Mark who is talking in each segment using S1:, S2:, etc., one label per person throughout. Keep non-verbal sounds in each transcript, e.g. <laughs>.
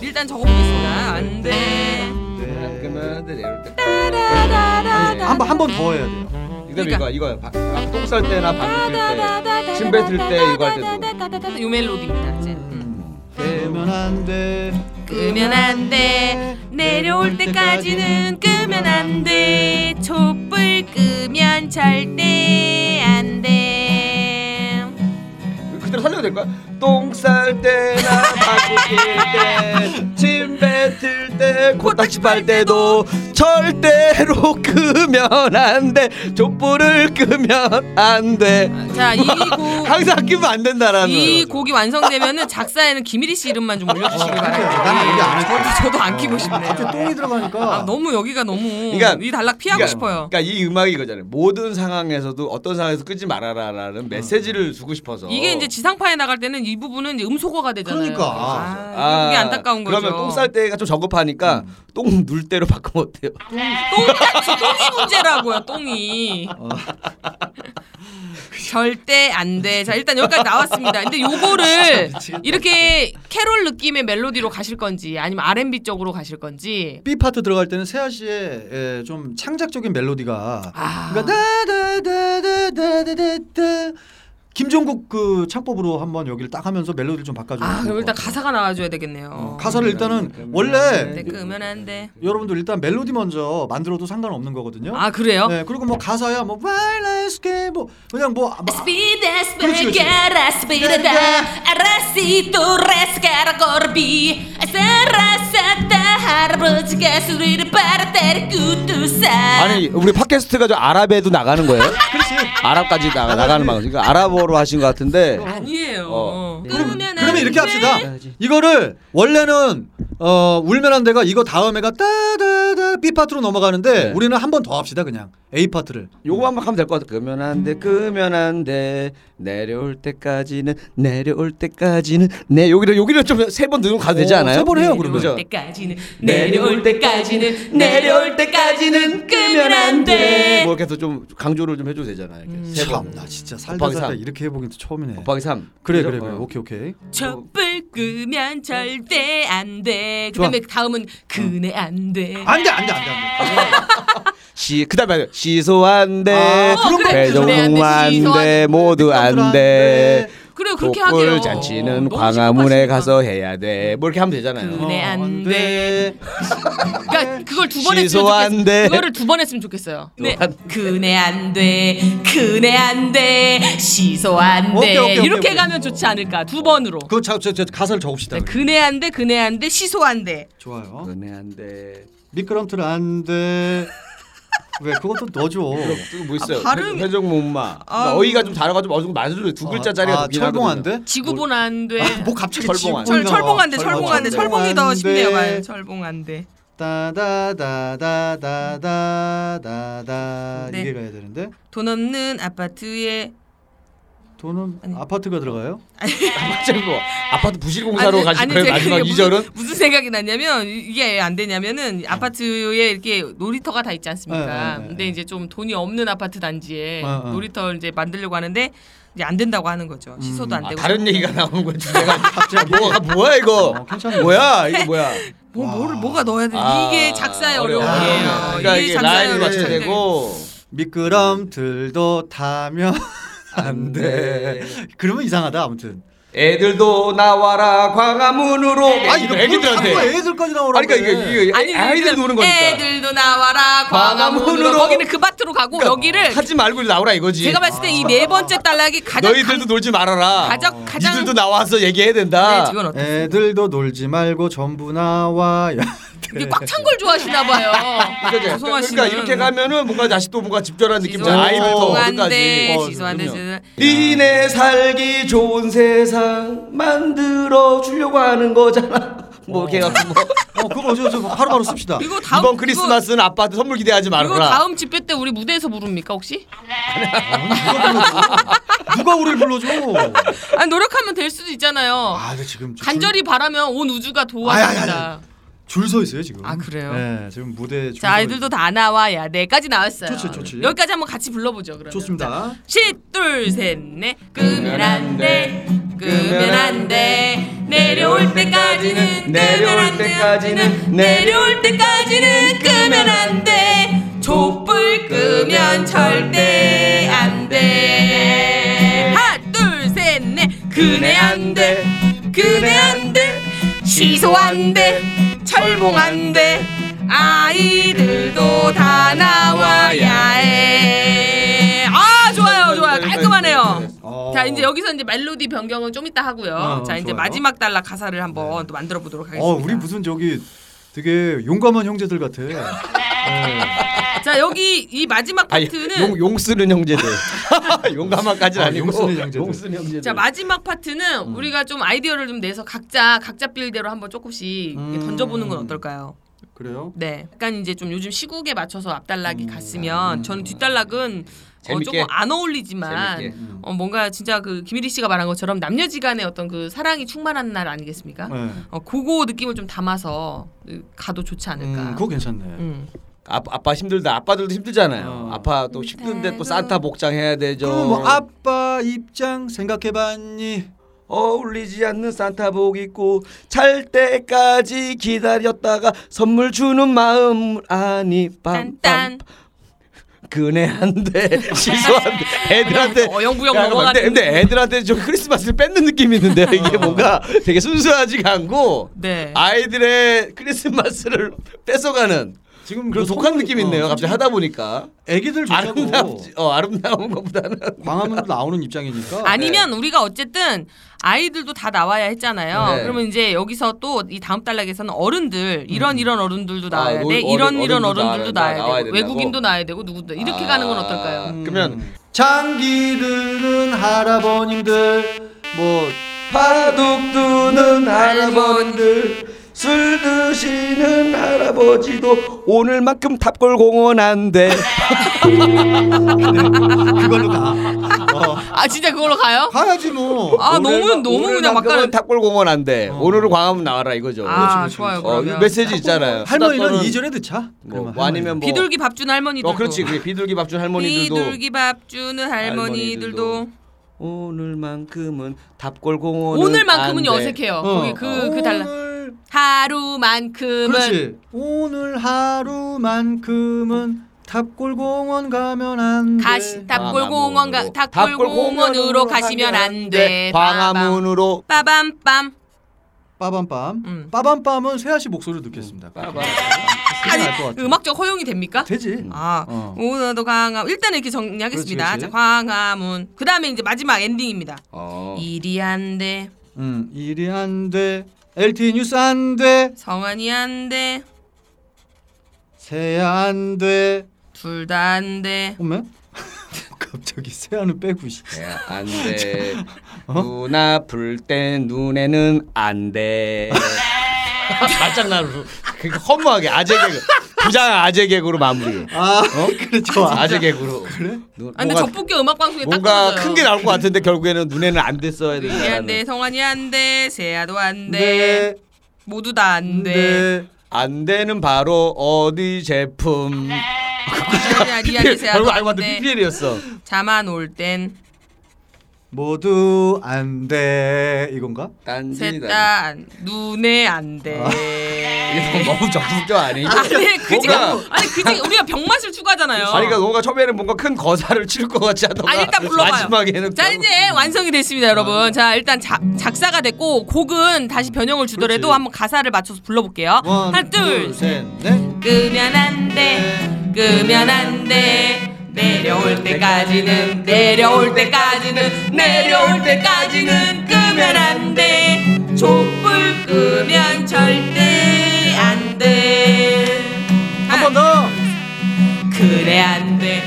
S1: 일단 적어보겠습니다. 안 돼. 네.
S2: 그러면 내려올 때
S1: 따라라라라.
S3: 한 번 한 번 더 해야 돼요.
S2: 이거
S1: 그러니까.
S2: 이거 이거 아, 똥쌀 때나 방귀 침 뱉을 때 이거 할 때도.
S1: 요 멜로디입니다. 이제.
S2: 네,
S3: 되면 안 돼.
S1: 끄면 안 돼. 내려올 때까지는 끄면 안 돼. 촛불 끄면 절대 안 돼.
S2: 뜰 때. 그대로 살려도 될까? 똥쌀 때나 방귀 낄 때, 침 뱉을 때, 코딱지 빨 때도 절대로 끄면 안 돼. 촛불을 끄면 안 돼.
S1: 자, 이 곡.
S2: <laughs> 항상 끼면 안 된다라는.
S1: 이 곡이 완성되면은 작사에는 김일희 씨 이름만 좀 올려주시길 바라요.
S3: 나는 여기 안할 거야.
S1: 저도, 저도 안 끼고
S3: 갑자기
S1: 싶네요.
S3: 똥이 들어가니까.
S1: 아, 너무 여기가 너무
S2: 그러니까-
S1: 이 단락 피하고
S2: 그러니까-
S1: 싶어요.
S2: 그러니까 이 음악이 이거잖아요. 모든 상황에서도 어떤 상황에서 끄지 말아라라는 메시지를 주고 싶어서.
S1: 어. 이게 이제 지상파에 나갈 때는 이 부분은 이제 음소거가 되잖아요.
S3: 그러니까.
S1: 아, 그게 안타까운 거죠.
S2: 그러면 똥 쌀 때가 좀 저급하니까 똥 눌 때로 <laughs> 바꾸면 어때요?
S1: 똥, 이 문제라고요,
S3: <laughs>
S1: 똥이. 절대 안 돼. 자, 일단 여기까지 나왔습니다. 근데 요거를
S3: <laughs> 아,
S1: 이렇게 캐롤 느낌의 멜로디로 가실 건지 아니면 R&B 쪽으로 가실 건지.
S3: B 파트 들어갈 때는 세아 씨의 예, 좀 창작적인 멜로디가
S1: 아.
S3: 그러니까 다다다다다다다 김종국 그 창법으로 한번 여기를 딱 하면서 멜로디를 좀 바꿔줘요.
S1: 아, 그럼 일단 가사가 나와줘야 되겠네요.
S3: 음, 가사를 일단은 원래
S1: 네, 끄면 안 돼.
S3: 여러분들 일단 멜로디 먼저 만들어도 상관없는 거거든요.
S1: 아, 그래요?
S3: 네 그리고 뭐 가사야 뭐 wireless game 뭐 그냥 뭐 아, 막-
S1: Speed as
S3: 그렇지, 그렇지.
S1: belgara, speed as da, arrasito, rescara, corbi. Sarasata, 할아버지가 소리를 빨아들일 구두사.
S2: 아니 우리 팟캐스트가 저 아랍에도 나가는 거예요?
S3: 그렇지.
S2: 아랍까지 나가, 나가는 방송. 그러니까 아랍어로 하신 것 같은데.
S1: 아니에요.
S2: 어.
S1: 끄면 안
S3: 그러면 이렇게
S1: 돼.
S3: 합시다. 이거를 원래는 어 울면 안 돼가 이거 다음에가 따다다 B 파트로 넘어가는데
S2: 네.
S3: 우리는 한 번 더 합시다 그냥 A 파트를.
S2: 요거만 막 하면 될 것 같아. 끄면 안 돼, 끄면 안 돼. 내려올 때까지는 내려올 때까지는 네 여기를 여기를 좀 세 번 넣으면 가도 되지
S3: 어,
S2: 않아요?
S3: 세번 해요,
S1: 내려올
S3: 그러면.
S2: 그죠?
S1: 때까지는 내려올 때까지는 내려올 때까지는 끄면 안 돼. 음.
S2: 뭐 이렇게 해서 좀 강조를 좀 해줘도 되잖아요. 이렇게 세 번.
S3: 음. 참나 진짜 살다
S2: 곱하기
S3: 살다
S2: 삼.
S3: 이렇게 해보긴 또 처음이네.
S2: 곱하기 어. 3
S3: 그래 그래 그래 오케이 오케이.
S1: 네. 촛불 끄면 절대 안 돼. 그다음에 다음은 그네 안 돼.
S3: 안돼 안돼 안돼 안돼.
S2: 시 그다음에 시소한데
S3: 아, 그런 거
S1: 그래야 돼, 시소한데.
S2: 배종한데 모두 안돼
S1: 그래요 그렇게 하게요.
S2: 독불 잔치는
S1: 너무
S2: 광화문에
S1: 심각하시니까. 음.
S2: 가서 해야 돼뭐 이렇게 하면 되잖아요.
S3: 어,
S1: 그네 안 돼. 그러니까 그걸 두 번 했으면
S2: 시소한데.
S1: 좋겠어요. 그거를 두 번 했으면 좋겠어요. 네.
S2: 시소한데.
S1: 그네 안 돼. 그네 안 돼. 시소 안
S3: 오케이,
S1: 돼.
S3: 오케이, 오케이,
S1: 이렇게
S3: 오케이.
S1: 가면 좋지 않을까? 두 번으로.
S3: 그저저 가사를 적읍시다.
S1: 네, 그네 안 돼. 그네 안 돼. 시소 안 돼.
S3: 좋아요.
S2: 그네 안돼
S3: 미끄럼틀 안돼. 왜 그것도 넣어줘.
S2: 그리고 뭐 있어요?
S1: 아, 발음-
S2: 회전목마
S1: 아유.
S2: 어이가 좀 다르가지고 어느 정도 맞을 두 글자짜리가
S3: 아,
S2: 좋긴
S3: 철봉
S2: 하거든요.
S3: 안돼.
S1: 지구본 안 돼.
S3: 뭐 갑자기
S2: 철봉
S3: 지구본가
S2: 안
S1: 철, 철봉 안 돼.
S3: 봐.
S1: 철봉 안 돼. 철봉이
S3: 안
S1: 더
S3: 돼.
S1: 쉽네요. 봐요. 철봉 안 돼.
S3: 따다다다다다다다
S1: 네.
S3: 이게 가야 되는데
S1: 돈 없는 아파트에
S3: 돈은
S1: 아니.
S3: 아파트가 들어가요?
S2: 아파트 뭐 아파트 부실 공사로 가실 거예요
S1: 제가
S2: 마지막
S1: 이게
S2: 이 절은
S1: 무슨, 무슨 생각이 났냐면 이게 안 되냐면은 아파트에 이렇게 놀이터가 다 있지 않습니까?
S3: 네, 네, 네.
S1: 근데 이제 좀 돈이 없는 아파트 단지에
S3: 네,
S2: 어,
S3: 네.
S1: 놀이터 이제 만들려고 하는데 이제 안 된다고 하는 거죠. 시소도 안
S2: 아,
S1: 되고.
S2: 다른 얘기가 나오는 거야
S1: <laughs>
S2: 주제가
S3: 갑자기
S2: 뭐가 뭐야 이거
S3: 어, 괜찮네.
S2: 뭐야 이거 뭐야
S1: 뭐 뭐를 뭐가 넣어야 돼?
S2: 아,
S1: 이게 작사의
S2: 어려워.
S1: 어려움이에요.
S3: 아,
S2: 그러니까 이게 라인을 맞춰야
S1: 창작의-
S2: 되고
S3: 미끄럼틀도 타면 안 돼.
S1: 네.
S3: 그러면 이상하다 아무튼.
S2: 네. 애들도 나와라 광화문으로
S1: 네,
S2: 아 이거
S3: 뭐
S2: 애기들한테
S3: 애들까지 나오라고.
S2: 아니 그러니까 이게, 이게
S1: 아니
S2: 아이들
S1: 그러니까
S2: 노는 거니까
S1: 애들도 나와라
S2: 광화문으로.
S1: 광화문으로 거기는 그 밭으로 가고
S2: 그러니까
S1: 여기를
S2: 하지 말고 나오라 이거지
S1: 제가 봤을 때 이 네 번째 단락이 가장
S2: 너희들도 놀지 말아라
S1: 가장- 가장-
S2: 니들도 나와서 얘기해야
S1: 네,
S2: 된다
S1: 그건 어때?
S3: 애들도 놀지 말고 전부 나와.
S1: 이게 꽉 찬 걸 좋아하시나 봐요.
S2: 네. <laughs> 그러니까,
S1: 조성아
S2: 이제-
S1: 씨는
S2: 그러니까 이렇게 가면은 뭔가 다시 또 뭔가 집절한 느낌
S1: 지소한
S2: 아이부터
S1: 안
S2: 끝까지
S1: 돼,
S3: 어,
S1: 지소 안 돼,
S3: 그럼요.
S1: 지소.
S2: 니네 살기 좋은 세상 만들어 주려고 하는 거잖아 뭐 이렇게 갖고 뭐
S3: 어 그거 저, 저 바로바로 씁시다.
S1: 이거 다음
S2: 이번
S1: 이거,
S2: 크리스마스는 아빠한테 선물 기대하지 말아라
S1: 이거 다음 집회 때 우리 무대에서 부릅니까 혹시?
S3: 아니, 누가 불러줘? 누가 우리를 불러줘?
S1: 아니 노력하면 될 수도 있잖아요.
S3: 아, 근데 지금 줄-
S1: 간절히 바라면 온 우주가
S3: 아니, 아니,
S1: 도와줍니다.
S3: 줄서 있어요 지금.
S1: 아, 그래요?
S3: 네 지금 무대 줄.
S1: 자
S3: 서
S1: 아이들도 다 나와야 돼까지 나왔어요.
S3: 좋지, 좋지.
S1: 여기까지 한번 같이 불러보죠. 그러면.
S3: 좋습니다.
S1: 시, 둘, 셋, 넷. 끄면 안 돼. 끄면 안 돼. 내려올 때까지는 끄면 안 돼. 내려올 때까지는 끄면 안돼 촛불 끄면 절대 안돼 하나 둘셋넷 그네 안돼 그네 안돼 시소 안돼 철봉 안돼 아이들도 다 나와야 해. 아
S2: 네,
S1: 좋아요 좋아요 깔끔하네요. 자 이제 여기서 이제 멜로디 변경은 좀 이따 하고요.
S2: 어,
S1: 자 이제
S2: 좋아요. 네.
S1: 마지막 달락 가사를 한번 또 만들어 보도록 하겠습니다.
S3: 어, 우리 무슨 저기 되게 용감한
S2: <laughs>
S3: 형제들 같아.
S1: 네. 자 여기 이 마지막
S2: 아니, 예.
S1: 파트는
S2: 용, 용 쓰는 형제들. <laughs> 용감한까지는
S3: 아,
S2: 아니고.
S3: 용 쓰는 형제들.
S2: 용 쓰는 형제들.
S1: 자 마지막 파트는
S2: 음.
S1: 우리가 좀 아이디어를 좀 내서 각자 각자 빌대로 한번 조금씩
S3: 음.
S1: 던져보는 건 어떨까요?
S3: 그래요?
S1: 네, 약간 이제 좀 요즘 시국에 맞춰서 앞달락이 갔으면 저는 뒷달락은 어,
S2: 음. 재밌게.
S1: 조금 안 어울리지만
S2: 재밌게.
S1: 어, 뭔가 진짜 그 김일희 씨가 말한 것처럼 남녀지간의 어떤 그 사랑이 충만한 날 아니겠습니까?
S3: 네.
S1: 어, 그거 느낌을 좀 담아서 으, 가도 좋지 않을까.
S3: 음, 그거 괜찮네.
S1: 음.
S2: 아, 아빠 힘들다. 아빠들도 힘들잖아요.
S3: 어.
S2: 아빠 또 힘든데 또 산타 복장 해야 되죠.
S3: 그럼 뭐 아빠 입장 생각해봤니?
S2: 어울리지 않는 산타복 입고 잘 때까지 기다렸다가 선물 주는 마음 아니 빰빰
S1: 딴딴.
S2: 그네 <laughs> 한대 시소한대 애들한테
S1: 어, 영구영
S2: 야, 근데,
S1: 넘어가는. 어.
S2: 근데 애들한테 좀 크리스마스를 뺏는 느낌이 있는데 이게 뭔가 되게 순수하지가 않고
S1: 네.
S2: 아, 아이들의 크리스마스를 <laughs> 뺏어가는
S3: 지금
S2: 그런
S3: 뭐
S2: 독한
S3: 선물-
S2: 느낌이 있네요
S3: 어,
S2: 갑자기 하다 보니까
S3: 애기들 좋다고
S2: 아름답지 어 아름다운 것보다는
S3: 광화문으로
S2: <laughs>
S3: 나오는 입장이니까.
S1: 아니면
S2: 네.
S1: 우리가 어쨌든 아이들도 다 나와야 했잖아요.
S2: 네.
S1: 그러면 이제 여기서 또 이 다음 단락에서는 어른들 이런 이런 어른들도 나와야
S2: 음. 아,
S1: 돼,
S2: 어른-
S1: 이런 이런
S2: 어른들도
S1: 어른들도
S2: 나와야
S1: 나와야,
S2: 나와야
S1: 되고
S2: 된다고?
S1: 외국인도 나와야 되고 누구도 이렇게
S2: 아,
S1: 가는 건 어떨까요?
S3: 음.
S1: 음.
S2: 그러면
S3: 장기르는 할아버님들 뭐
S2: 바둑 두는 할아버지들 술 드시는 할아버지도 오늘만큼 탑골 공원 안돼
S3: 그걸로 가. 어,
S1: 아 진짜 그걸로 가요?
S3: 가야지 뭐.
S1: 아 너무 너무 그냥 막가는
S2: 탑골 공원 안돼 오늘은 광화문 나와라 이거죠
S1: 아
S3: 그렇지,
S1: 좋아요
S2: 어,
S1: 그러면
S2: 메시지 있잖아요
S3: 할머니는
S2: 수다 떠는-
S3: 이전에 듣자.
S2: 뭐,
S3: 그러면
S2: 뭐 아니면 뭐
S1: 비둘기 밥 준 할머니들도
S2: 어 그렇지 그래 비둘기 밥 준 할머니들도
S1: 비둘기 밥 주는 할머니들도
S2: 오늘만큼은 탑골 공원
S1: 오늘만큼은 어색해요.
S2: 뭐-
S3: 어,
S1: 거기 그
S3: 어.
S1: 그 달라
S3: 오늘
S1: 하루만큼은
S3: 그렇지. 오늘 하루만큼은 탑골공원 가면 안 돼.
S2: 아,
S1: 가시 탑골공원 가 탑골공원으로 가시면 안돼
S2: 광화문으로
S1: 빠밤빰
S3: 빠밤빰.
S1: 음.
S3: 빠밤빰은 세아 씨 목소리를 듣겠습니다.
S1: 아니
S3: 생각날 것 같아.
S1: 음악적 허용이 됩니까?
S3: 되지.
S1: 아
S3: 어.
S1: 오늘도 광화 일단 이렇게 정리하겠습니다.
S3: 그렇지, 그렇지.
S1: 자 광화문 그 다음에 이제 마지막 엔딩입니다.
S2: 어.
S1: 일이 안돼
S3: 음, 일이 안 돼. LTE 뉴스 안 돼.
S1: 성환이 안돼
S3: 세아 안 돼.
S1: 둘 다 안돼
S3: 어메? <laughs> 갑자기 세아는 빼고 씨.
S2: 안돼 눈 아플 때 눈에는 안돼 말장난으로 그 허무하게 아재 개그 부장 아재 개그로 마무리
S3: 아, <laughs> 그래 좋아.
S2: 아재 개그로
S3: 그래?
S2: 눈-
S1: 아, 근데
S2: 뭔가,
S1: 적북계 음악 방송에 딱
S2: 뭔가
S1: 떨어져요.
S2: 큰 게 나올 것 같은데 결국에는 눈에는 안 됐어야
S1: 일이 안돼
S2: 되는
S1: 성환이 안돼 세아도 안돼
S3: 네.
S1: 모두 다 안돼
S3: 네.
S2: 안 되는 바로 어디 제품
S1: 아, 아니
S3: <laughs>
S1: 아니 아니
S2: PPL,
S1: 세아도
S2: 결국 알고 봤더니
S1: 안돼
S2: PPL이었어
S1: 자만 올땐
S3: 모두 안 돼. 이건가? 네,
S2: 딴지다
S1: 셋다 눈에
S3: 아. <laughs>
S1: 안돼
S2: 이게 너무 적극적 아니야?
S1: 네. 아니 네, 그지 어.
S2: 뭔가-
S1: 아니 그지 우리가 병맛을 추가하잖아요.
S2: 아니 그러니까 뭔가 처음에는 뭔가 큰 거사를 칠 것 같지 하다가
S1: 아, 일단 불러봐요.
S2: 마지막에는
S1: 자 이제 완성이 됐습니다 여러분 자 일단 자- 작사가 됐고 곡은 다시 변형을 주더라도
S3: 그렇지.
S1: 한번 가사를 맞춰서 불러볼게요
S3: 원,
S1: 하나
S3: 둘,
S1: 둘
S3: 셋, 넷.
S1: 끄면 안돼 끄면 안돼 내려올 때까지는 내려올 때까지는 내려올 때까지는 끄면 안돼 촛불 끄면 절대 안돼
S3: 한 번 더.
S1: 그네 안돼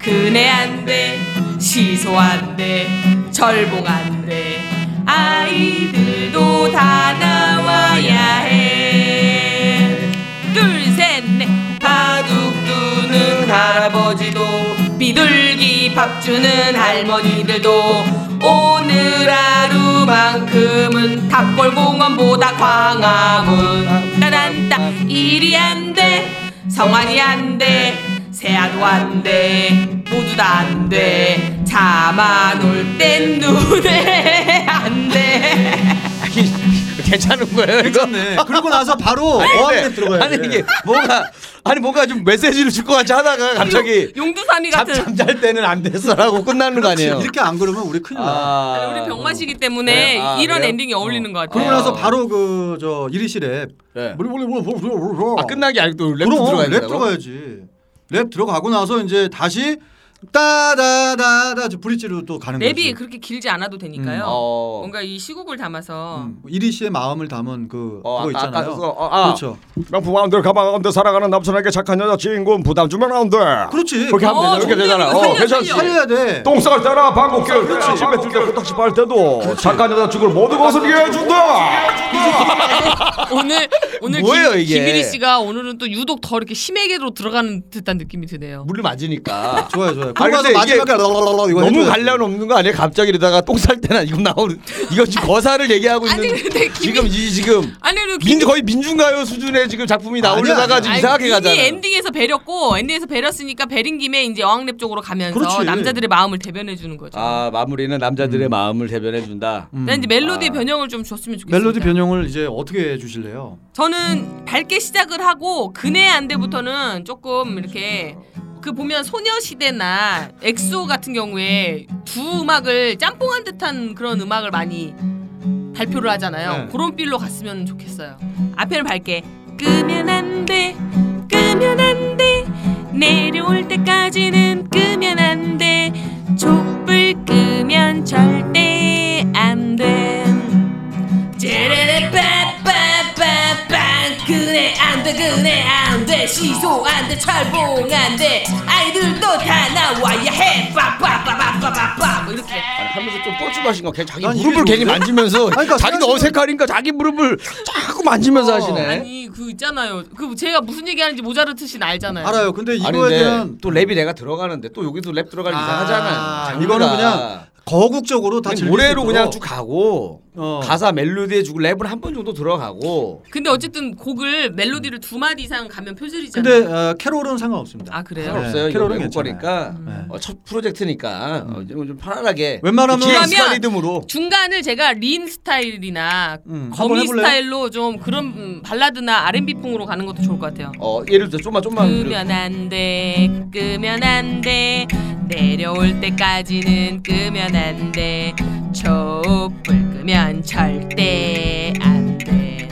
S1: 그네 안돼 시소 안돼 절봉 안돼 아이들도 다 나와야 해둘셋넷 바둑 두는 할아버지도 비둘기 밥 주는 할머니들도 오늘 하루만큼은 탑골공원보다 광화문 따란따 일이 안돼 성환이 안 돼, 세아도 안 돼, 모두 다 안 돼, 자만 올 땐 눈에 <laughs> 안 돼.
S2: 아니, 괜찮은 거예요. 이거?
S3: 괜찮네. 그러고 나서 바로 어항에 들어가야 돼.
S2: 아니 이게 뭔가 아니 뭔가 좀 메시지를 줄 것 같지 하다가 갑자기
S1: 용두사미
S2: 잠,
S1: 같은
S2: 잠잘 때는 안 됐어라고 끝나는 거 아니에요?
S3: 이렇게 안 그러면 우리 큰일 나.
S2: 아,
S1: 우리 병맛이기 때문에
S2: 그래요? 아,
S1: 이런
S2: 그래요?
S1: 엔딩이 어울리는 것 같아요.
S3: 그러고
S2: 아.
S3: 나서 바로 그 저 이리실에
S2: 네.
S3: 뭐래, 뭐래, 뭐래, 뭐래, 뭐래, 뭐래.
S2: 아 끝나기 아직도 랩
S3: 어. 그럼,
S2: 들어가야
S3: 랩
S2: 된다고?
S3: 들어가야지. 랩 들어가고 나서 이제 다시 따다다다 저 브릿지로 또 가는 거지.
S1: 랩이 그렇게 길지 않아도 되니까요.
S2: 어.
S1: 뭔가 이 시국을 담아서
S3: 음, 이리 씨의 마음을 담은 그
S2: 어,
S3: 그거
S2: 아까- 아까
S3: 있잖아요.
S2: 그거, 어, 아.
S3: 그렇죠.
S4: 명품왕들 가방가운데 살아가는 남편에게 착한 여자 주인공 부담 주면 안 돼.
S3: 그렇지.
S4: 그렇게 하면
S1: 어,
S4: 되잖아. 그렇게 되잖아.
S1: 정리하고
S4: 어,
S1: 살려,
S4: 괜찮지.
S1: 살려.
S3: 살려야 돼.
S4: 똥 쌀 때나 방귀길 그렇지. 집에 들때 코딱지 빨 때도 착한 여자 죽을 모든 것을 이해해준다.
S1: 오늘 오늘
S2: 뭐예요,
S1: 김,
S2: 이게?
S1: 김일희 씨가 오늘은 또 유독 더 이렇게 심하게로 들어가는 듯한 느낌이 드네요.
S2: 물을 맞으니까.
S3: 좋아요, 좋아요.
S2: 아니,
S3: 그러고 나서
S2: 근데 이게
S3: 마지막에 랄랄랄라 이거
S2: 너무
S3: 해줘야지.
S2: 관련 없는 거 아니에요? 갑자기 이러다가 똥 쌀 때나 이거 나오는 이거 지금 거사를 얘기하고
S1: 아니,
S2: 있는
S1: 근데 김이-
S2: 지금 이 지금
S1: 아니 그리고
S2: 민
S1: 김,
S2: 거의 민중가요 수준의 지금 작품이
S3: 아니야,
S2: 나오려다가
S3: 아니야.
S2: 지금
S1: 아니,
S2: 이상하게
S1: 이미
S2: 가잖아.
S1: 엔딩에서 배렸고 엔딩에서 배렸으니까 배린 김에 이제 어학랩 쪽으로 가면서
S3: 그렇지.
S1: 남자들의 마음을 대변해 주는 거죠.
S2: 아 마무리는 남자들의 마음을 대변해 준다.
S1: 난 이제 멜로디 의
S2: 아.
S1: 변형을 좀 줬으면 좋겠습니다.
S3: 멜로디 변형을 이제 어떻게 해 주실래요?
S1: 저는 밝게 시작을 하고 근해 안대부터는 조금 이렇게 그 보면 소녀시대나 엑소 같은 경우에 두 음악을 짬뽕한 듯한 그런 음악을 많이 발표를 하잖아요.
S3: 네.
S1: 그런 빌로 갔으면 좋겠어요. 앞에는 밝게 끄면 안 돼. 끄면 안 돼. 내려올 때까지는 끄면 안 돼. 촛불 끄면 절대 안 돼. 찌르르 빠빠빠빵 그네 안돼 그네 안돼 시소 안돼 철봉 안돼 아이들도 다 나와야 해 빠빠빠빠빠빠 뭐 이렇게
S2: 아니, 하면서 좀 뻘쭘하신 거 걔 자기
S3: 난 이게
S2: 무릎을 괜히
S3: 좋은데?
S2: 만지면서
S3: 그러니까
S2: 자기도
S3: 생각해보면-
S2: 어색하니까 자기 무릎을 자꾸 만지면서
S3: 어.
S2: 하시네.
S1: 아니 그 있잖아요 그 제가 무슨 얘기하는지 모자르트 씨는 알잖아요
S3: 알아요. 근데
S2: 아니
S3: 이거에
S2: 근데
S3: 대한
S2: 또 랩이 내가 들어가는데 또 여기도 랩 들어가는
S3: 아,
S2: 이상하잖아. 장르가.
S3: 이거는 그냥 거국적으로 다
S2: 그냥
S3: 즐길 수
S2: 노래로
S3: 있도록.
S2: 그냥 쭉 가고
S3: 어.
S2: 가사 멜로디에 주고 랩을 한 번 정도 들어가고
S1: 근데 어쨌든 곡을 멜로디를 두 마디 이상 가면 표절이잖아요
S3: 근데 어, 캐롤은 상관없습니다.
S1: 아 그래요?
S3: 네.
S2: 상관없어요. 이거
S3: 캐롤은
S2: 외국
S3: 괜찮아요.
S2: 거니까
S3: 네.
S2: 어, 첫 프로젝트니까 어, 좀, 좀 편안하게.
S3: 웬만하면-
S2: 기가
S1: 왜냐면-
S2: 리듬으로.
S1: 중간을 제가 린 스타일이나
S3: 음, 한번
S1: 거미
S3: 해볼래요?
S1: 스타일로 좀 그런 음, 발라드나 R&B 풍으로 가는 것도 좋을 것 같아요
S2: 어 예를 들어 좀만 좀만.
S1: 끄면 안돼 끄면 안돼 내려올 때까지는 끄면 안돼 촛불 끄면 절대 안돼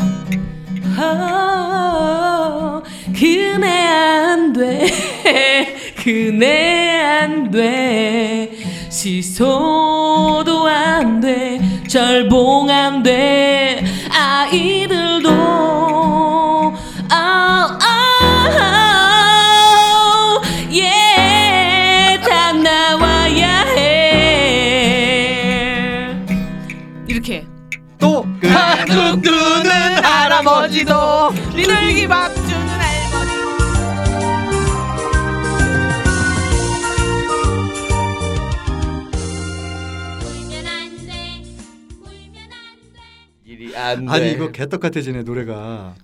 S1: 어, 그네 안돼 <laughs> 그네 안돼 시소도 안돼 절봉 안돼 아이들도 아아 아. 예, 예다 나와야 해 이렇게
S3: 또
S2: 음, 그, 눈 뜨는 할아버지도
S1: 리들기 밥 주는 할머니
S5: 울면 안 돼. 울면 안 돼.
S2: 일이 안 돼.
S3: 아니 이거 개떡 같아지네 노래가.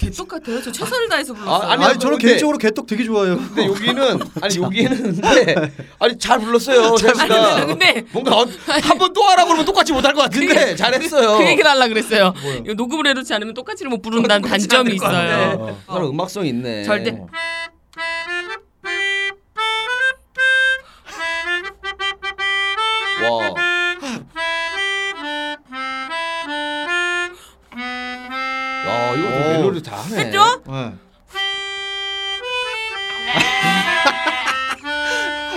S1: 개똑같아요. 저 최선을 다해서 불렀어요.
S2: 아,
S3: 아니,
S2: 아니,
S3: 저는
S2: 근데-
S3: 개인적으로 개떡 되게 좋아해요.
S2: 근데 여기는 아니 여기는 근데 아니 잘 불렀어요.
S1: 아니,
S2: 제가
S1: 근데
S2: 뭔가
S1: <laughs>
S2: 어, 한번 또 하라고 그러면 똑같이 못 할 것 같은데 잘했어요.
S1: 그 얘기를 하려고 그랬어요. 이거 녹음을 해놓지 않으면 똑같이를 못 부른다는
S2: 똑같이
S1: 단점이
S2: 안 될것 같아.
S1: 있어요.
S3: 어.
S2: 서로 음악성 있네.
S1: 절대.
S2: 와. 야 이거
S3: 오.
S2: 또 멜로디 다 하네.
S1: 했죠?
S3: <laughs> <laughs> 네.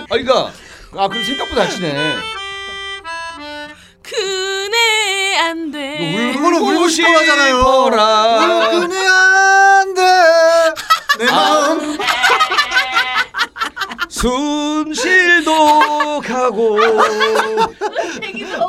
S2: 아 그러니까 아 그럼 생각보다 잘 치네.
S1: 그네 안 돼.
S3: 이거는 울고 싶어 하잖아요.
S2: 싶어라.
S3: 울고는 안 돼. 내 마음
S2: 숨실도 가고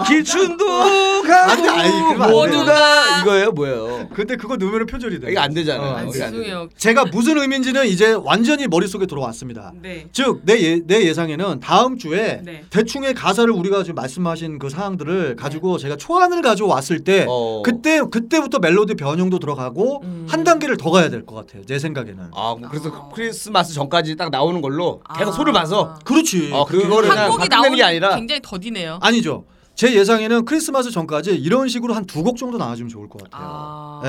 S2: 기춘도
S3: 아니, 아니, 그러면
S2: 가고
S3: 안
S2: 모두가 이거예요 뭐예요?
S3: 근데 그거 넣으면 표절이 돼.
S2: 이거 안 되잖아요.
S3: 어.
S1: 아,
S2: 이거 안 돼.
S1: 죄송해요.
S3: 제가 무슨 의미인지는 이제 완전히 머릿속에 들어왔습니다.
S1: 네.
S3: 즉 내 예, 내 예상에는 다음 주에
S1: 네.
S3: 대충의 가사를 우리가 지금 말씀하신 그 사항들을 가지고 제가 초안을 가져왔을 때
S2: 어.
S3: 그때 그때부터 멜로디 변형도 들어가고
S1: 음.
S3: 한 단계를 더 가야 될 것 같아요. 제 생각에는.
S2: 아 그래서 그 크리스마스 전까지 딱 나오는 걸로
S1: 아.
S2: 계속 소를 봐서
S3: 그렇지.
S2: 어,
S3: 그렇게
S2: 그거를
S3: 해야
S2: 그냥
S1: 한곡이
S2: 바꾸는 게
S1: 나오는
S2: 아니라
S1: 굉장히 더디네요.
S3: 아니죠. 제 예상에는 크리스마스 전까지 이런 식으로 한 두 곡 정도 나와주면 좋을 것 같아요.
S1: 아.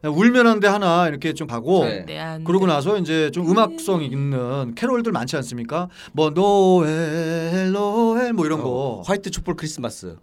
S3: 그냥 울면 한 대 하나 이렇게 좀 가고
S2: 네.
S1: 네, 안
S3: 그러고
S1: 돼.
S3: 나서 이제 좀 음악성 있는 캐롤들 많지 않습니까? 뭐 노엘 노엘 뭐 이런 거
S2: 화이트 촛불 크리스마스.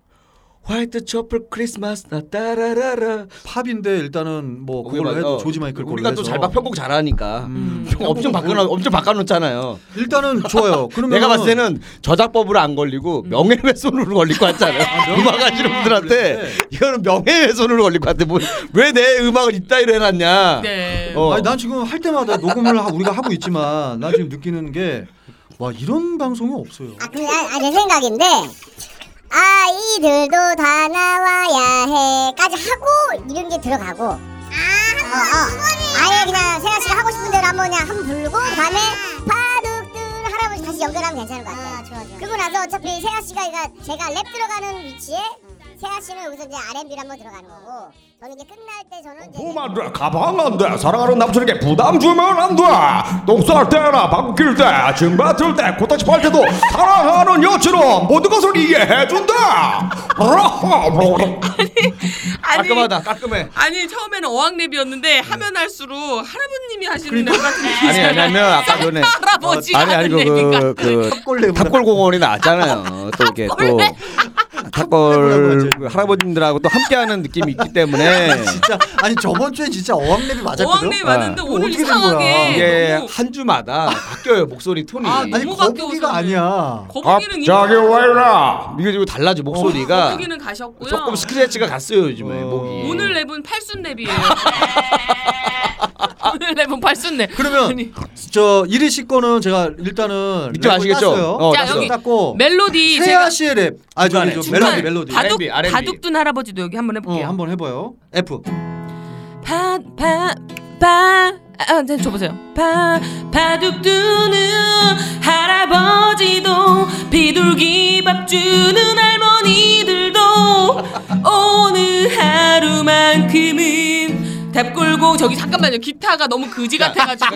S2: 화이트 촛불 크리스마스 나 따라라라.
S3: 팝인데 일단은 뭐 그걸로
S2: 우리가-
S3: 해도
S2: 어,
S3: 조지 마이클 걸로
S2: 우리가
S3: 해서
S2: 또잘 편곡 잘하니까.
S3: 음.
S2: 형 엄청 바꿔 엄청 바꿔놓잖아요.
S3: 일단은 좋아요. 그러면
S2: <laughs> 내가 봤을 때는 저작법으로 안 걸리고 명예훼손으로 <laughs> 걸릴 것 음. 같잖아요. 음악 하시는 분들한테 이거는 명예훼손으로 걸릴 것 같아. 왜 내 음악을 이따위로 해놨냐.
S1: 네.
S2: 어.
S3: 아니 난 지금 할 때마다 녹음을 하- 우리가 하고 있지만 난 지금 느끼는 게 와 이런 방송이 없어요.
S6: 아, 그냥 아, 내 생각인데 아이들도 다 나와야 해까지 하고 이런 게 들어가고 아, 어, 어. 아예 그냥 세나 씨가 하고 싶은 대로 한번 그냥 한번 부르고 밤에 파둑들 할아버지 다시 연결하면 괜찮을 것 아. 같아요. 그리고 나서 어차피 세나 씨가 이거 제가 랩 들어가는 위치에 세나 씨는 여기서 이제 R&B를 한번 들어가는 거고 저는 이게 끝날 때 저는 이제
S4: 보면 안 돼, 가방 안 돼, 사랑하는 남편에게 부담 주면 안 돼. 똥쌀 때나 바뀔 때, 짐 뱉을 때, 코딱지 팔 때도 사랑하는 여친은 모든 것을 이해해 <laughs> 준다. 아,
S1: 아니,
S2: 깔끔하다 깔끔해.
S1: 아니 처음에는 어학랩이었는데 하면 할수록 할아버님이 하시는 랩 같은 느낌이
S2: 아니 왜냐면 아까 전에
S1: <laughs> 할아버지가
S2: 아니 아니
S1: 하는 랩인가?
S2: 그그
S3: 탑골레
S2: 탑골 공원이 나왔잖아요. 또 이렇게 또 탑골
S3: 탑골레.
S2: 할아버님들하고 또 함께하는 느낌이 있기 때문에
S3: <laughs> 진짜 아니 저번 주엔 진짜 어학랩이 맞았거든.
S1: 어학랩이 맞는데
S3: 어,
S1: 오늘
S3: 어떻게 된 거야?
S1: 이상하게
S2: 이게
S1: 너무
S2: 한 주마다 바뀌어요 목소리 톤이.
S1: 아,
S3: 아니
S1: 너무 가까워서
S3: 거북이가
S1: 오늘.
S3: 아니야.
S1: 거북이는 이미
S4: 갑자기 왜 이래?
S2: 이게 지금 달라져 목소리가
S1: 거북이는 가셨고요.
S2: 조금 스크래치가 갔어요 요즘에
S3: 어.
S2: 목이.
S1: 어, 오늘 랩은 팔순 랩이에요. 오늘 랩은 팔순 랩.
S3: 그러면
S1: 아니,
S3: 저 이리 씨 거는 제가 일단은
S2: 밑줄
S3: 랩을
S2: 아시겠죠?
S3: 땄어요.
S2: 어,
S1: 자, 땄어. 여기
S3: 땄고
S1: 멜로디
S3: 세아
S1: 제가
S3: 씨의 랩. 아 저기 저
S1: 정말
S3: 멜로디 멜로디.
S2: 바-
S1: 바둑
S2: R&B, R&B.
S1: 바둑둔 할아버지도 여기 한번
S3: 어
S1: 해볼게요.
S3: 한번 해봐요. F.
S1: 파파파 아, 네, 줘보세요. 파 바둑 두는 할아버지도 비둘기 밥 주는 할머니들도 오늘 하루만큼은 답골고 저기 잠깐만요 기타가 너무 그지 같아가지고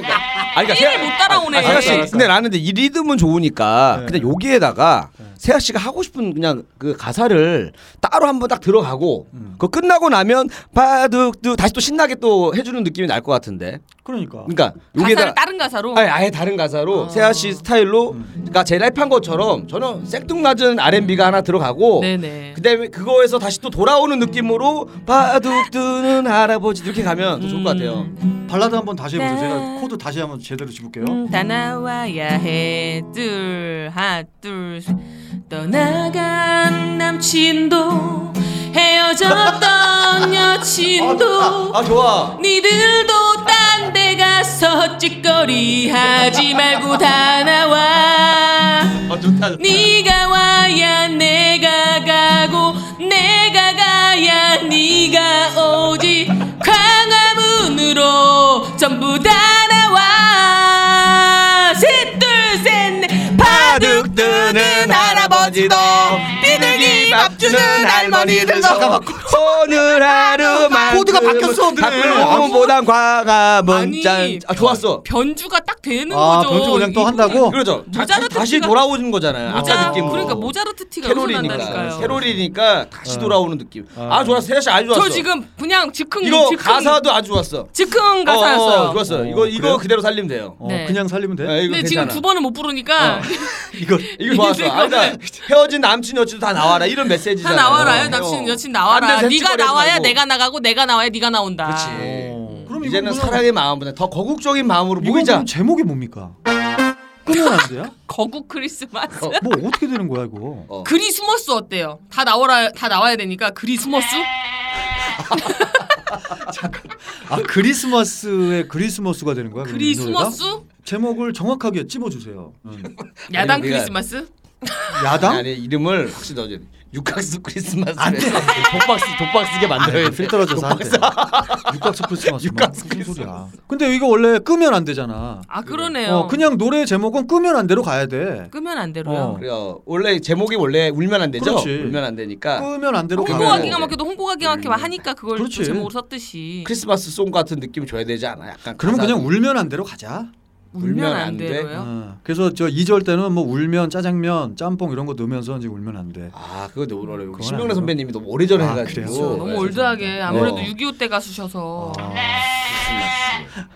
S2: 아니, 그러니까
S1: 일을
S2: 세아-
S1: 못 따라오네.
S2: 아, 세아 씨,
S3: 알았어, 알았어.
S2: 근데 나는 근데 이 리듬은 좋으니까
S3: 네.
S2: 근데 여기에다가 세아 씨가 하고 싶은 그냥 그 가사를 따로 한번 딱 들어가고 그거 끝나고 나면 바둑두 다시 또 신나게 또 해주는 느낌이 날 것 같은데.
S3: 그러니까.
S2: 그러니까
S1: 가사를
S2: 여기에다
S1: 다른 가사로.
S2: 아예, 아예 다른 가사로 세아 씨 스타일로
S1: 음.
S2: 그러니까 제 랩한 것처럼 저는 생뚱맞은 R&B가 하나 들어가고
S1: 네네.
S2: 그다음에 그거에서 다시 또 돌아오는 느낌으로 바둑 두는 할아버지 이렇게 가면 더 좋을 것 같아요.
S1: 음.
S3: 발라드 한번 다시 해보세요.
S1: 네.
S3: 제가 코드 다시 한번 제대로 짚을게요.
S1: 음, 다 나와야 해. 둘, 하, 둘, 셋. 떠나간 남친도
S2: <laughs>
S1: 헤어졌던 여친도
S2: 아 좋아.
S1: 니들도 딴 데 가서 찌꺼리 하지 말고 다 나와.
S2: 아 좋다.
S1: 네가 와야 내가 가고 내가 가야 네가 오지 광화문으로 전부 다 나와 셋둘셋넷 바둑 뜨는 할아버지도 비둘기 밥 주는 할머니들도
S2: 오늘 하루만
S3: 코드가 바뀌었어, 근데.
S1: 네.
S2: 닭불보단
S1: 아니,
S2: 과감은 짠아 좋았어
S1: 변주가 딱 되는
S3: 아,
S1: 거죠
S3: 변주 그냥 또
S1: 이분이.
S3: 한다고?
S2: 그렇죠 자-
S1: 모자르트
S2: 다시
S1: 씨가-
S2: 돌아오는 거잖아요
S1: 모자,
S2: 아까 느낌으로 뭐
S1: 그러니까 모자르트 티가 여기서
S2: 캐롤이니까
S1: 난다니까요
S2: 캐롤이니까 다시
S3: 어.
S2: 돌아오는 느낌 아 좋았어 세라 씨 아주 좋았어
S1: 저 지금 그냥 즉흥
S2: 이거
S1: 즉흥
S2: 가사도 아주 좋았어
S1: 즉흥
S2: 어, 어,
S1: 가사였어요
S2: 좋았어
S3: 어,
S2: 이거
S3: 그래요?
S2: 이거 그대로 살리면 돼요
S3: 어,
S1: 네.
S3: 그냥 살리면 돼.
S2: 네, 이거
S1: 근데 지금
S2: 괜찮아. 어,
S1: 두 번을 못 <laughs> 부르니까
S3: 이거
S2: 이거 좋았어. 아, 그러니까 헤어진 남친 여친도 다 나와라 이런
S1: 다
S2: 메시지잖아. 어,
S1: 나와라요 남친 여친 나와라 네가 나와야 내가 나가고 내가 나와야 네가 나온다
S2: 그렇지.
S3: 아, 어. 그럼
S2: 이제는
S3: 이거는-
S2: 사랑의 마음보다 더 거국적인 마음으로
S3: 이거
S2: 모이자.
S3: 그럼 제목이 뭡니까? 끊으면 안
S2: <laughs>
S3: 돼요?
S1: 거국 크리스마스
S3: 뭐 어떻게 되는 거야 이거?
S2: 어.
S1: 그리 숨었어 어때요 다 나와라 다 나와야 되니까 그리 숨었어
S3: 아 크리스마스에 크리스마스가 되는 거야? 그럼
S1: 그리
S2: 음,
S3: 이 노래가?
S1: 숨었어
S3: 제목을 정확하게 찝어주세요.
S1: 야당
S2: 아니, 우리가-
S1: 크리스마스
S3: 야당?
S2: 아니, 아니 이름을 확실히 넣어줘야 돼. 육각수 크리스마스. <laughs> 독박스 독박스게 만들어야 돼.
S3: 아, 필 떨어져서 안 돼. 육각수 크리스마스.
S2: 육각수
S3: 무슨 소리야? 근데 이거 원래 끄면 안 되잖아.
S1: 아 그러네요
S3: 어, 그냥 노래 제목은 끄면 안 돼로 가야 돼.
S1: 끄면 안 되로요
S3: 어.
S2: 그래요. 원래 제목이 원래 울면 안 되죠.
S3: 그렇지.
S2: 울면 안 되니까
S3: 끄면 안 돼로
S1: 홍보가
S3: 가면
S2: 홍보하기가
S1: 기가 막혀도 홍보가 기가 막히면
S2: 음.
S1: 하니까 그걸 또
S3: 그렇지.
S1: 제목으로 썼듯이
S2: 크리스마스 송 같은 느낌 줘야 되지 않아? 약간
S3: 그러면
S2: 가사도.
S3: 그냥 울면 안 돼로 가자.
S1: 울면 안 돼로요?
S3: 어, 그래서 저 2절 때는 뭐 울면 짜장면, 짬뽕 이런 거 넣으면서 이제 울면 안 돼.
S2: 아 그건 너무 어려워요.
S3: 그건
S2: 신명래
S3: 아니고.
S2: 선배님이 너무 오래전에
S3: 아,
S2: 해가지고
S3: 그래요?
S1: 그렇죠. 너무
S2: 네, 아,
S1: 올드하게 아무래도
S2: 어.
S1: 6.25때 가수셔서 네.
S2: 크리스마스.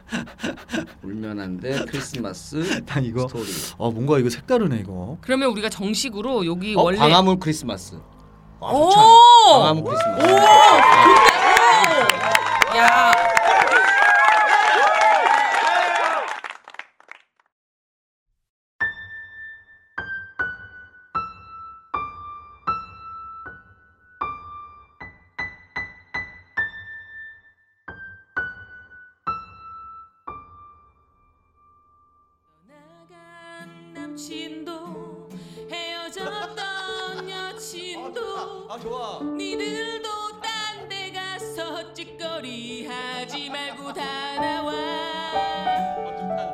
S2: 울면 안돼
S3: <laughs>
S2: 크리스마스
S3: 난 이거
S2: 스토리.
S3: 어 뭔가 이거 색다르네 이거.
S1: 그러면 우리가 정식으로 여기
S2: 어,
S1: 원래
S2: 광화문 크리스마스. 아,
S1: 오!
S2: 좋지 않아요? 광화문 크리스마스.
S1: 오! 좋다. 오! 야. 떠나간 남친도
S3: <laughs>
S1: 헤어졌던 여친도
S3: 아, 좋아.
S1: 니들도 딴 데 가서 찌꺼리 하지 말고 다
S3: 아,
S1: 나와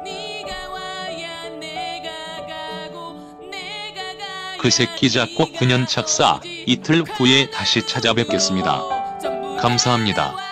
S1: 네가 와야 내가 가고 내가 가야
S7: 그 새끼 작곡
S1: 네가
S7: 9년 착사
S1: 오지.
S7: 이틀 후에 다시 찾아뵙겠습니다.
S1: 전부 다
S7: 감사합니다.
S1: 나와.